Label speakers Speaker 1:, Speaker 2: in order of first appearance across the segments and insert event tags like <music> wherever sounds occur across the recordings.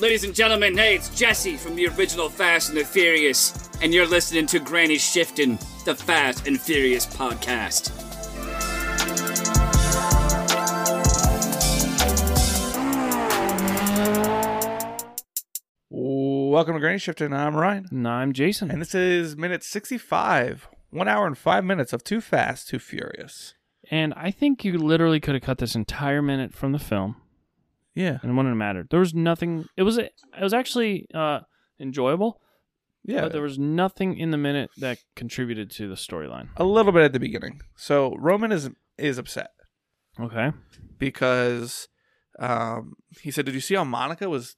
Speaker 1: Ladies and gentlemen, hey, it's Jesse from the original Fast and the Furious, and you're listening to Granny Shifting, the Fast and Furious podcast.
Speaker 2: Welcome to Granny Shifter, and I'm Ryan.
Speaker 3: No, I'm Jason.
Speaker 2: And this is minute 65, one hour and five minutes of Too Fast, Too Furious.
Speaker 3: And I think you literally could have cut this entire minute from the film,
Speaker 2: Yeah.
Speaker 3: and it wouldn't have mattered. There was nothing. It was it was actually uh, enjoyable,
Speaker 2: Yeah.
Speaker 3: but there was nothing in the minute that contributed to the storyline.
Speaker 2: A little bit at the beginning. So Roman is is upset
Speaker 3: Okay.
Speaker 2: because um, he said, Did you see how Monica was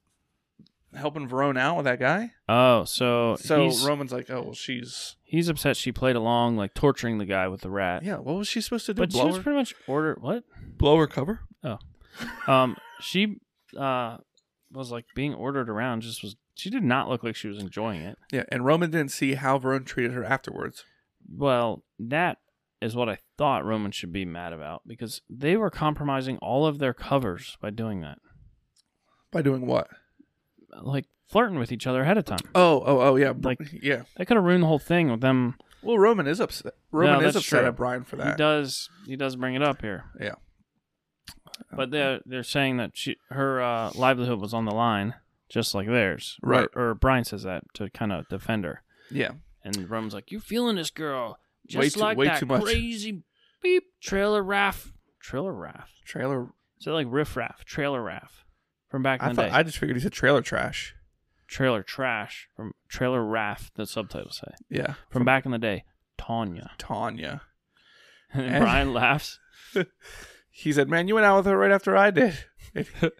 Speaker 2: helping Verone out with that guy?
Speaker 3: Oh, so
Speaker 2: So
Speaker 3: he's,
Speaker 2: Roman's like, Oh, well, she's.
Speaker 3: he's upset she played along, like torturing the guy with the rat.
Speaker 2: Yeah, what was she supposed to do?
Speaker 3: but she
Speaker 2: Blow
Speaker 3: was
Speaker 2: her,
Speaker 3: pretty much ordered what?
Speaker 2: blow her cover?
Speaker 3: Um, she uh was like being ordered around. Just was she did not look like she was enjoying it.
Speaker 2: Yeah, and Roman didn't see how Verone treated her afterwards.
Speaker 3: Well, that is what I thought Roman should be mad about because they were compromising all of their covers by doing that.
Speaker 2: By doing what?
Speaker 3: Like flirting with each other ahead of time.
Speaker 2: Oh, oh, oh, yeah.
Speaker 3: Like-
Speaker 2: Like, yeah.
Speaker 3: That could have ruined the whole thing with them.
Speaker 2: Well, Roman is upset. Roman is
Speaker 3: that's
Speaker 2: upset
Speaker 3: true.
Speaker 2: at Brian for
Speaker 3: He
Speaker 2: that.
Speaker 3: does he does bring it up here.
Speaker 2: Yeah.
Speaker 3: But they're they're saying that she her uh, livelihood was on the line, just like theirs. Or-
Speaker 2: Right.
Speaker 3: Or, Brian says that to kind of defend her.
Speaker 2: Yeah.
Speaker 3: And Roman's like, You're feeling this girl. Just
Speaker 2: Way too-
Speaker 3: like
Speaker 2: way
Speaker 3: that
Speaker 2: too much."
Speaker 3: crazy beep trailer raff. Trailer raff.
Speaker 2: Trailer
Speaker 3: Is that like riff raff, trailer raff from back in
Speaker 2: I
Speaker 3: the
Speaker 2: thought
Speaker 3: day?
Speaker 2: I just figured he said trailer trash.
Speaker 3: trailer trash from trailer raff. The subtitles say
Speaker 2: Yeah,
Speaker 3: from back in the day. Tanya <laughs>
Speaker 2: Tanya.
Speaker 3: and,
Speaker 2: And-
Speaker 3: Brian laughs.
Speaker 2: He said, "Man, you went out with her right after I did,"
Speaker 3: <laughs>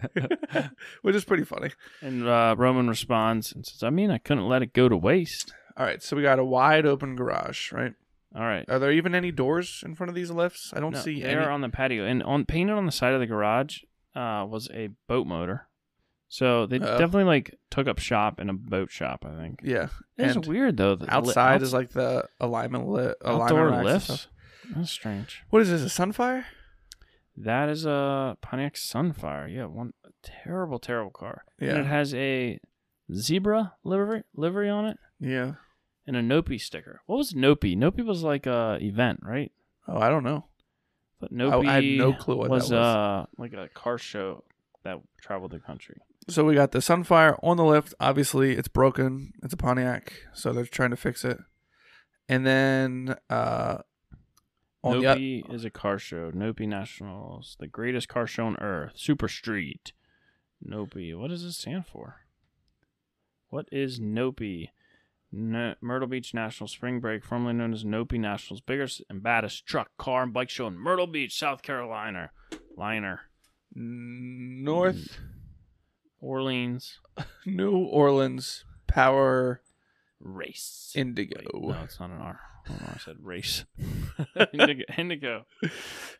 Speaker 2: which is pretty funny.
Speaker 3: And uh, Roman responds and says, "I mean, I couldn't let it go to waste."
Speaker 2: All right, so we got a wide open garage, right?
Speaker 3: All right.
Speaker 2: Are there even any doors in front of these lifts? I don't
Speaker 3: No,
Speaker 2: see
Speaker 3: they
Speaker 2: any.
Speaker 3: are on the patio, and on painted on the side of the garage uh, was a boat motor. So they
Speaker 2: Oh.
Speaker 3: definitely like took up shop in a boat shop. I think
Speaker 2: yeah,
Speaker 3: it's
Speaker 2: and
Speaker 3: weird though. that li-
Speaker 2: outside
Speaker 3: outs-
Speaker 2: is like the alignment li- alignment
Speaker 3: outdoor
Speaker 2: racks and
Speaker 3: lifts.
Speaker 2: stuff.
Speaker 3: That's strange.
Speaker 2: What is this? A Sunfire?
Speaker 3: That is a Pontiac Sunfire. Yeah, one terrible, terrible car. And
Speaker 2: Yeah.
Speaker 3: it has a zebra livery livery on it
Speaker 2: Yeah.
Speaker 3: and a Nopi sticker. What was Nopi? Nopi was like a event, right?
Speaker 2: Oh, I don't know.
Speaker 3: But
Speaker 2: I-
Speaker 3: Nopi
Speaker 2: I had no clue what that
Speaker 3: was,
Speaker 2: was.
Speaker 3: Uh, like a car show that traveled the country.
Speaker 2: So we got the Sunfire on the lift. Obviously, it's broken. It's a Pontiac, so they're trying to fix it. And then uh, on the o-
Speaker 3: Nopi is a car show. Nopi Nationals, the greatest car show on earth. Super Street. Nopi. What does this stand for? What is Nopi? No, Myrtle Beach National Spring Break, formerly known as Nopi Nationals, biggest and baddest truck, car, and bike show in Myrtle Beach, South Carolina. Liner.
Speaker 2: North
Speaker 3: Orleans.
Speaker 2: New Orleans Power
Speaker 3: Race.
Speaker 2: Indigo.
Speaker 3: Wait, no, it's not an R. I don't know why I said race. <laughs> Indigo. Indigo.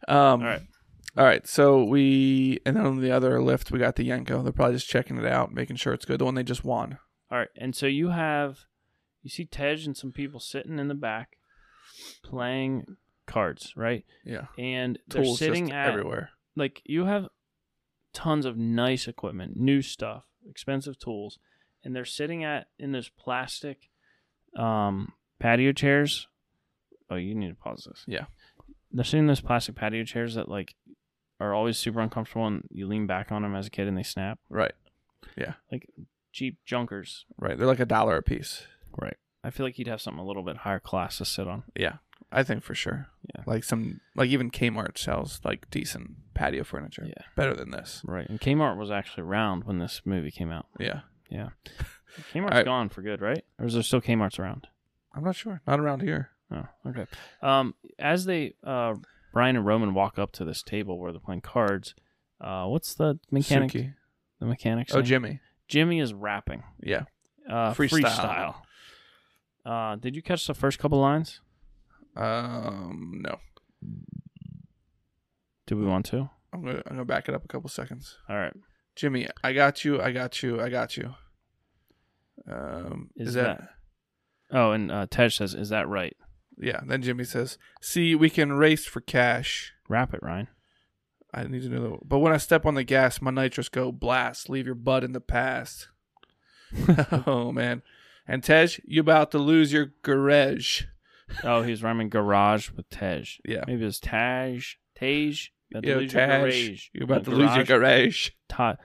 Speaker 2: Um,
Speaker 3: All right.
Speaker 2: all right. So we, and then on the other lift, we got the Yenko. They're probably just checking it out, making sure it's good. The one they just won.
Speaker 3: All right, and so you have, you see Tej and some people sitting in the back, playing cards, right?
Speaker 2: Yeah.
Speaker 3: And they're sitting
Speaker 2: just
Speaker 3: at
Speaker 2: everywhere.
Speaker 3: like you have tons of nice equipment, new stuff, expensive tools, and they're sitting at in those plastic um, patio chairs. Oh, you need to pause this.
Speaker 2: Yeah.
Speaker 3: they're sitting in those plastic patio chairs that like are always super uncomfortable, and you lean back on them as a kid and they snap.
Speaker 2: Right.
Speaker 3: Cheap junkers.
Speaker 2: Right. They're like a dollar a piece.
Speaker 3: Right. I feel like he'd have something a little bit higher class to sit on.
Speaker 2: Yeah. I think for sure.
Speaker 3: Yeah.
Speaker 2: Like some, like even Kmart sells like decent patio furniture.
Speaker 3: Yeah.
Speaker 2: Better than this.
Speaker 3: Right. And Kmart was actually around when this movie came out.
Speaker 2: Yeah.
Speaker 3: Kmart's
Speaker 2: Alright.
Speaker 3: gone for good, right? Or is there still Kmart's around?
Speaker 2: I'm not sure. Not around here.
Speaker 3: Oh, okay. Um, as they, uh, Brian and Roman walk up to this table where they're playing cards. Uh, what's the mechanic?
Speaker 2: Suki.
Speaker 3: The mechanic.
Speaker 2: Oh, Jimmy.
Speaker 3: Jimmy is rapping.
Speaker 2: Yeah.
Speaker 3: Uh,
Speaker 2: Freestyle.
Speaker 3: freestyle. Uh, did you catch the first couple lines?
Speaker 2: Um, no.
Speaker 3: Do we want to?
Speaker 2: I'm gonna I'm gonna back it up a couple seconds.
Speaker 3: All right.
Speaker 2: Jimmy, I got you. I got you. I got you. Um, is,
Speaker 3: Is
Speaker 2: that,
Speaker 3: Oh, and uh, Tej says, "Is that right?"
Speaker 2: yeah? Then Jimmy says, "See, we can race for cash."
Speaker 3: Rap it, Ryan.
Speaker 2: I need to know. That. But when I step on the gas, my nitrous go blast. Leave your butt in the past. <laughs> oh man, and Tej, you about to lose your garage.
Speaker 3: Oh, he's rhyming garage with Tej.
Speaker 2: Yeah.
Speaker 3: Maybe it's Taj. Taj. About to
Speaker 2: Yo,
Speaker 3: lose your
Speaker 2: Tej,
Speaker 3: garage.
Speaker 2: you're about to
Speaker 3: Uh,
Speaker 2: lose your garage.
Speaker 3: Ta-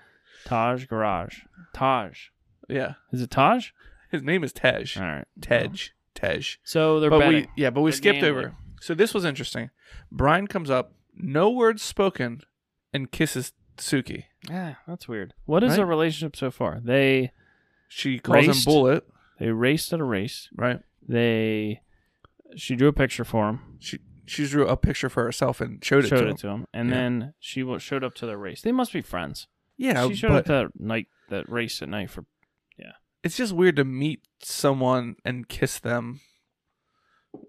Speaker 3: Taj garage. Taj.
Speaker 2: Yeah,
Speaker 3: Is it Taj?
Speaker 2: his name is Tej.
Speaker 3: All right.
Speaker 2: Tej. Tej.
Speaker 3: So they're
Speaker 2: but
Speaker 3: betting.
Speaker 2: we yeah, but we
Speaker 3: They're
Speaker 2: skipped
Speaker 3: gambling.
Speaker 2: over. So this was interesting. Brian comes up, no words spoken, and kisses Suki.
Speaker 3: yeah, that's weird. What is
Speaker 2: Right?
Speaker 3: their relationship so far? They
Speaker 2: She calls
Speaker 3: Raced?
Speaker 2: him bullet,
Speaker 3: they raced at a race.
Speaker 2: right?
Speaker 3: They she drew a picture for him,
Speaker 2: She she drew a picture for herself and showed it
Speaker 3: showed
Speaker 2: to him.
Speaker 3: it to him, and
Speaker 2: Yeah.
Speaker 3: then she wa- showed up to their race. They must be friends.
Speaker 2: Yeah,
Speaker 3: she showed
Speaker 2: but
Speaker 3: up to that night that race at night for
Speaker 2: it's just weird to meet someone and kiss them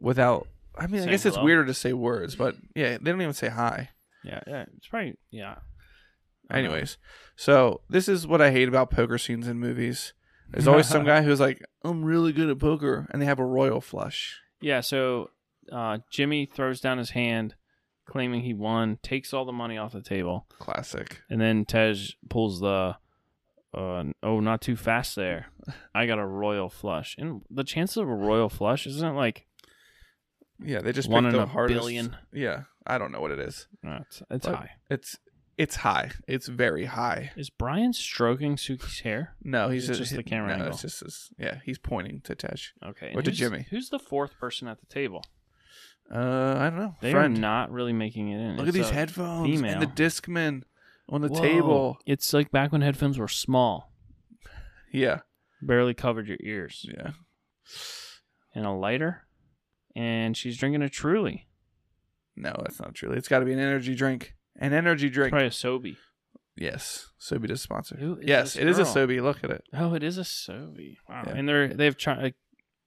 Speaker 2: without. I mean, I
Speaker 3: Saying
Speaker 2: guess it's
Speaker 3: hello.
Speaker 2: weirder to say words, but yeah, they don't even say hi.
Speaker 3: yeah. yeah it's probably yeah. I don't know.
Speaker 2: Anyways, so this is what I hate about poker scenes in movies. There's always
Speaker 3: <laughs>
Speaker 2: some guy who's like, "I'm really good at poker," and they have a royal flush.
Speaker 3: Yeah, so uh, Jimmy throws down his hand, claiming he won, takes all the money off the table,
Speaker 2: Classic.
Speaker 3: and then Tej pulls the, uh, oh, not too fast there. I got a royal flush. And the chances of a royal flush isn't it like,
Speaker 2: Yeah, they just
Speaker 3: One
Speaker 2: picked
Speaker 3: in
Speaker 2: the
Speaker 3: a
Speaker 2: hardest.
Speaker 3: billion.
Speaker 2: Yeah, I don't know what it is.
Speaker 3: no, it's, it's
Speaker 2: What?
Speaker 3: high.
Speaker 2: It's it's high. It's very high.
Speaker 3: Is Brian stroking Suki's hair?
Speaker 2: No, he's
Speaker 3: It's
Speaker 2: just,
Speaker 3: just the camera
Speaker 2: No,
Speaker 3: angle.
Speaker 2: it's just his, yeah. He's pointing to Tej.
Speaker 3: Okay.
Speaker 2: Or
Speaker 3: and
Speaker 2: to
Speaker 3: who's-
Speaker 2: Jimmy.
Speaker 3: Who's the fourth person at the table?
Speaker 2: Uh, I don't know.
Speaker 3: They
Speaker 2: Friend,
Speaker 3: are not really making it in.
Speaker 2: look at
Speaker 3: It's
Speaker 2: these
Speaker 3: a-
Speaker 2: headphones
Speaker 3: female.
Speaker 2: and the Discman on the
Speaker 3: Whoa.
Speaker 2: table.
Speaker 3: It's like back when headphones were small,
Speaker 2: Yeah,
Speaker 3: barely covered your ears.
Speaker 2: yeah.
Speaker 3: and a lighter, and she's drinking a Truly,
Speaker 2: No, that's not true. It's got to be an energy drink. An energy drink.
Speaker 3: probably a Sobe.
Speaker 2: Yes, Sobe does sponsor.
Speaker 3: Who is
Speaker 2: yes,
Speaker 3: this
Speaker 2: it is a
Speaker 3: girl?
Speaker 2: Sobe. Look at it.
Speaker 3: Oh, it is a Sobe. Wow,
Speaker 2: Yeah.
Speaker 3: and they're they have chi-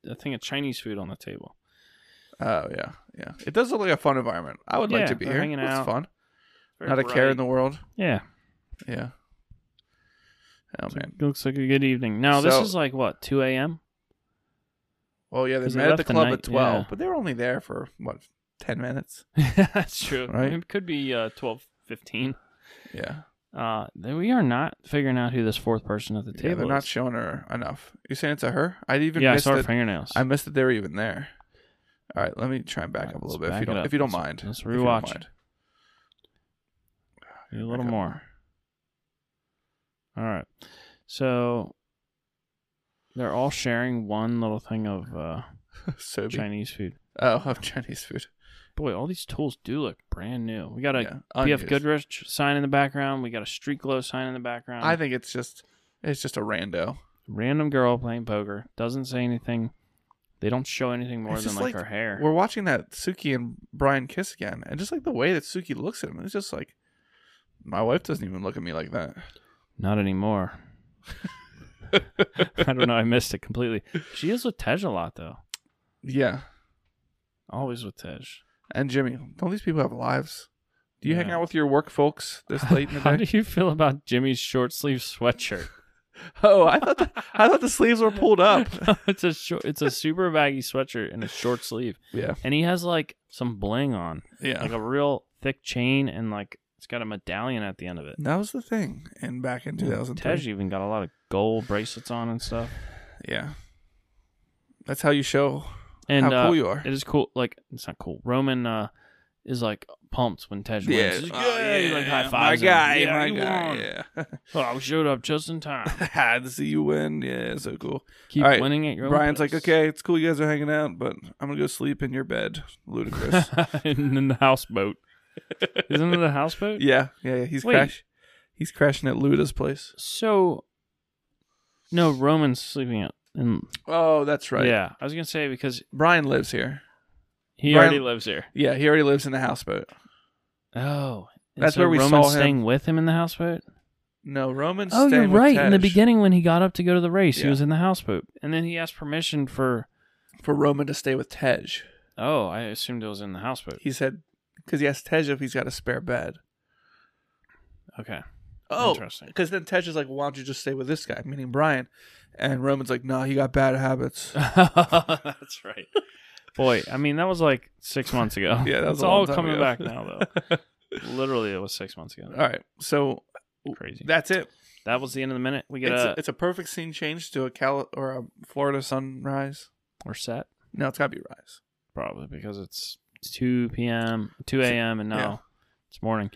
Speaker 3: a, a thing of Chinese food on the table.
Speaker 2: Oh yeah, yeah. It does look like a fun environment. I would
Speaker 3: Yeah,
Speaker 2: like to be
Speaker 3: they're
Speaker 2: here.
Speaker 3: hanging
Speaker 2: It's
Speaker 3: out.
Speaker 2: fun.
Speaker 3: Very
Speaker 2: not a care in the
Speaker 3: bright.
Speaker 2: world.
Speaker 3: yeah.
Speaker 2: Yeah. Oh
Speaker 3: So
Speaker 2: man.
Speaker 3: it looks like a good evening. Now this
Speaker 2: So-
Speaker 3: is like what two a.m.
Speaker 2: Well, yeah, they
Speaker 3: 'Cause they
Speaker 2: met at the
Speaker 3: left the
Speaker 2: club
Speaker 3: night-
Speaker 2: at twelve,
Speaker 3: yeah.
Speaker 2: but they were only there for what ten minutes.
Speaker 3: <laughs> That's true.
Speaker 2: Right.
Speaker 3: It could be uh, twelve fifteen.
Speaker 2: Yeah,
Speaker 3: Uh, then we are not figuring out who this fourth person at the
Speaker 2: yeah
Speaker 3: table
Speaker 2: they're not
Speaker 3: is.
Speaker 2: showing her enough. You saying it's a her? I'd even
Speaker 3: yeah, I
Speaker 2: missed
Speaker 3: saw her
Speaker 2: that.
Speaker 3: fingernails.
Speaker 2: I missed that they were even there. All right, let me try and back up a
Speaker 3: Let's
Speaker 2: little bit if
Speaker 3: back
Speaker 2: you
Speaker 3: it
Speaker 2: don't
Speaker 3: up.
Speaker 2: if you don't
Speaker 3: Let's-
Speaker 2: mind.
Speaker 3: let's
Speaker 2: If you don't
Speaker 3: rewatch it.
Speaker 2: mind. <laughs>
Speaker 3: a little
Speaker 2: Back up.
Speaker 3: more. All right. So they're all sharing one little thing of uh,
Speaker 2: so be-
Speaker 3: Chinese food.
Speaker 2: oh, of Chinese food.
Speaker 3: Boy, all these tools do look brand new. We got a
Speaker 2: yeah,
Speaker 3: BF
Speaker 2: unused.
Speaker 3: Goodrich sign in the background. We got a Street Glow sign in the background.
Speaker 2: I think it's just it's just a rando.
Speaker 3: Random girl playing poker. Doesn't say anything. They don't show anything more
Speaker 2: It's
Speaker 3: than
Speaker 2: just
Speaker 3: like,
Speaker 2: like-
Speaker 3: her hair.
Speaker 2: We're watching that Suki and Brian kiss again, and just like the way that Suki looks at him, it's just like my wife doesn't even look at me like that. <laughs>
Speaker 3: Not anymore. <laughs> I don't know. I missed it completely. She is with Tej a lot, though.
Speaker 2: Yeah.
Speaker 3: Always with Tej.
Speaker 2: And Jimmy, don't these people have lives? Do you hang
Speaker 3: Yeah.
Speaker 2: out with your work folks this late in the
Speaker 3: How <laughs>
Speaker 2: day?
Speaker 3: do you feel about Jimmy's short sleeve sweatshirt? <laughs>
Speaker 2: oh, I thought the, I thought the sleeves were pulled up.
Speaker 3: it's a short, it's a super baggy sweatshirt and a short sleeve,
Speaker 2: <laughs> Yeah,
Speaker 3: and he has like some bling on,
Speaker 2: yeah.
Speaker 3: like a real thick chain, and like it's got a medallion at the end of it.
Speaker 2: that was the thing, and back in two thousand
Speaker 3: Tej
Speaker 2: three.
Speaker 3: even got a lot of gold bracelets on and stuff.
Speaker 2: Yeah, that's how you show
Speaker 3: And
Speaker 2: how cool
Speaker 3: uh,
Speaker 2: you are.
Speaker 3: it is cool. Like it's not cool. Roman uh, is like pumped when Tej
Speaker 2: Yeah,
Speaker 3: wins. He's like,
Speaker 2: oh,
Speaker 3: "Yay!"
Speaker 2: yeah,
Speaker 3: like high
Speaker 2: my
Speaker 3: fives. him.
Speaker 2: guy,
Speaker 3: yeah,
Speaker 2: my
Speaker 3: you won.
Speaker 2: guy.
Speaker 3: <laughs> Oh, I showed up just
Speaker 2: <laughs>
Speaker 3: in time.
Speaker 2: Yeah, <laughs> had to see you win. Yeah, so cool.
Speaker 3: Keep
Speaker 2: All right,
Speaker 3: winning at your own
Speaker 2: Brian's like,
Speaker 3: pace. <laughs>
Speaker 2: okay, it's cool you guys are hanging out, but I'm gonna go sleep in your bed. Ludicrous.
Speaker 3: <laughs> in, in the houseboat. Isn't it a houseboat?
Speaker 2: yeah, yeah, yeah. He's
Speaker 3: Wait.
Speaker 2: crash. He's crashing at Luda's place.
Speaker 3: So, no, Roman's sleeping out. In,
Speaker 2: Oh, that's right.
Speaker 3: Yeah, I was gonna say because
Speaker 2: Brian lives here.
Speaker 3: he
Speaker 2: Brian-
Speaker 3: already lives there.
Speaker 2: Yeah, he already lives in the houseboat.
Speaker 3: Oh, and
Speaker 2: That's
Speaker 3: so
Speaker 2: where we
Speaker 3: Roman's
Speaker 2: saw him.
Speaker 3: staying with him in the houseboat.
Speaker 2: No, Roman's.
Speaker 3: oh, you're
Speaker 2: staying with
Speaker 3: right. In the
Speaker 2: Tej
Speaker 3: beginning, when he got up to go to the race, he
Speaker 2: Yeah.
Speaker 3: was in the houseboat, and then he asked permission for.
Speaker 2: for Roman to stay with Tej.
Speaker 3: Oh, I assumed it was in the houseboat.
Speaker 2: He said because he asked Tej if he's got a spare bed.
Speaker 3: Okay. <laughs>
Speaker 2: Oh,
Speaker 3: Interesting.
Speaker 2: Because then Tej is like, "Why don't you just stay with this guy?" Meaning Brian. And Roman's like, "No, he got bad
Speaker 3: <laughs>
Speaker 2: habits."
Speaker 3: That's right. Boy, I mean, that was like six months ago.
Speaker 2: <laughs> Yeah, that was
Speaker 3: it's
Speaker 2: a long
Speaker 3: all
Speaker 2: time
Speaker 3: coming
Speaker 2: ago. <laughs>
Speaker 3: back now, though. Literally, it was six months ago.
Speaker 2: All right. So
Speaker 3: Crazy. That,
Speaker 2: that's it.
Speaker 3: was the end of the minute. We get
Speaker 2: It's,
Speaker 3: a,
Speaker 2: it's a perfect scene change to a Cal or a Florida sunrise.
Speaker 3: we're set
Speaker 2: No, it's got to be rise.
Speaker 3: probably because it's two p.m., two a.m. and now
Speaker 2: Yeah.
Speaker 3: it's morning.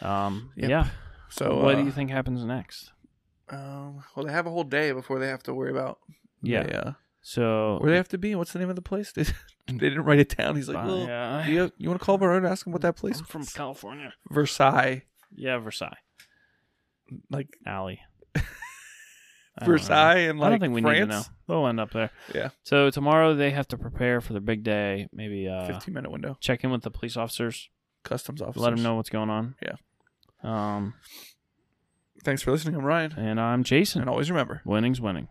Speaker 3: Um,
Speaker 2: Yep.
Speaker 3: yeah.
Speaker 2: So
Speaker 3: what do
Speaker 2: uh,
Speaker 3: you think happens next?
Speaker 2: Um, well, they have a whole day before they have to worry about
Speaker 3: Yeah.
Speaker 2: the, uh,
Speaker 3: So
Speaker 2: where they have to be. What's the name of the place? <laughs> They, they didn't write it down. He's like,
Speaker 3: Bye.
Speaker 2: well,
Speaker 3: Yeah.
Speaker 2: do you, you want to call Verona and ask him what that place?
Speaker 3: I'm from
Speaker 2: was?
Speaker 3: California.
Speaker 2: Versailles,
Speaker 3: Yeah, Versailles.
Speaker 2: like <laughs>
Speaker 3: Alley. I don't know.
Speaker 2: Versailles, and like
Speaker 3: I don't think we
Speaker 2: France.
Speaker 3: need to know. We'll end up there.
Speaker 2: Yeah.
Speaker 3: So tomorrow they have to prepare for their big day. Maybe uh,
Speaker 2: Fifteen minute window.
Speaker 3: check in with the police officers.
Speaker 2: Customs officers.
Speaker 3: Let them know what's going on.
Speaker 2: Yeah.
Speaker 3: Um,
Speaker 2: Thanks for listening. I'm Ryan,
Speaker 3: and I'm Jason.
Speaker 2: and always remember.
Speaker 3: Winning's winning.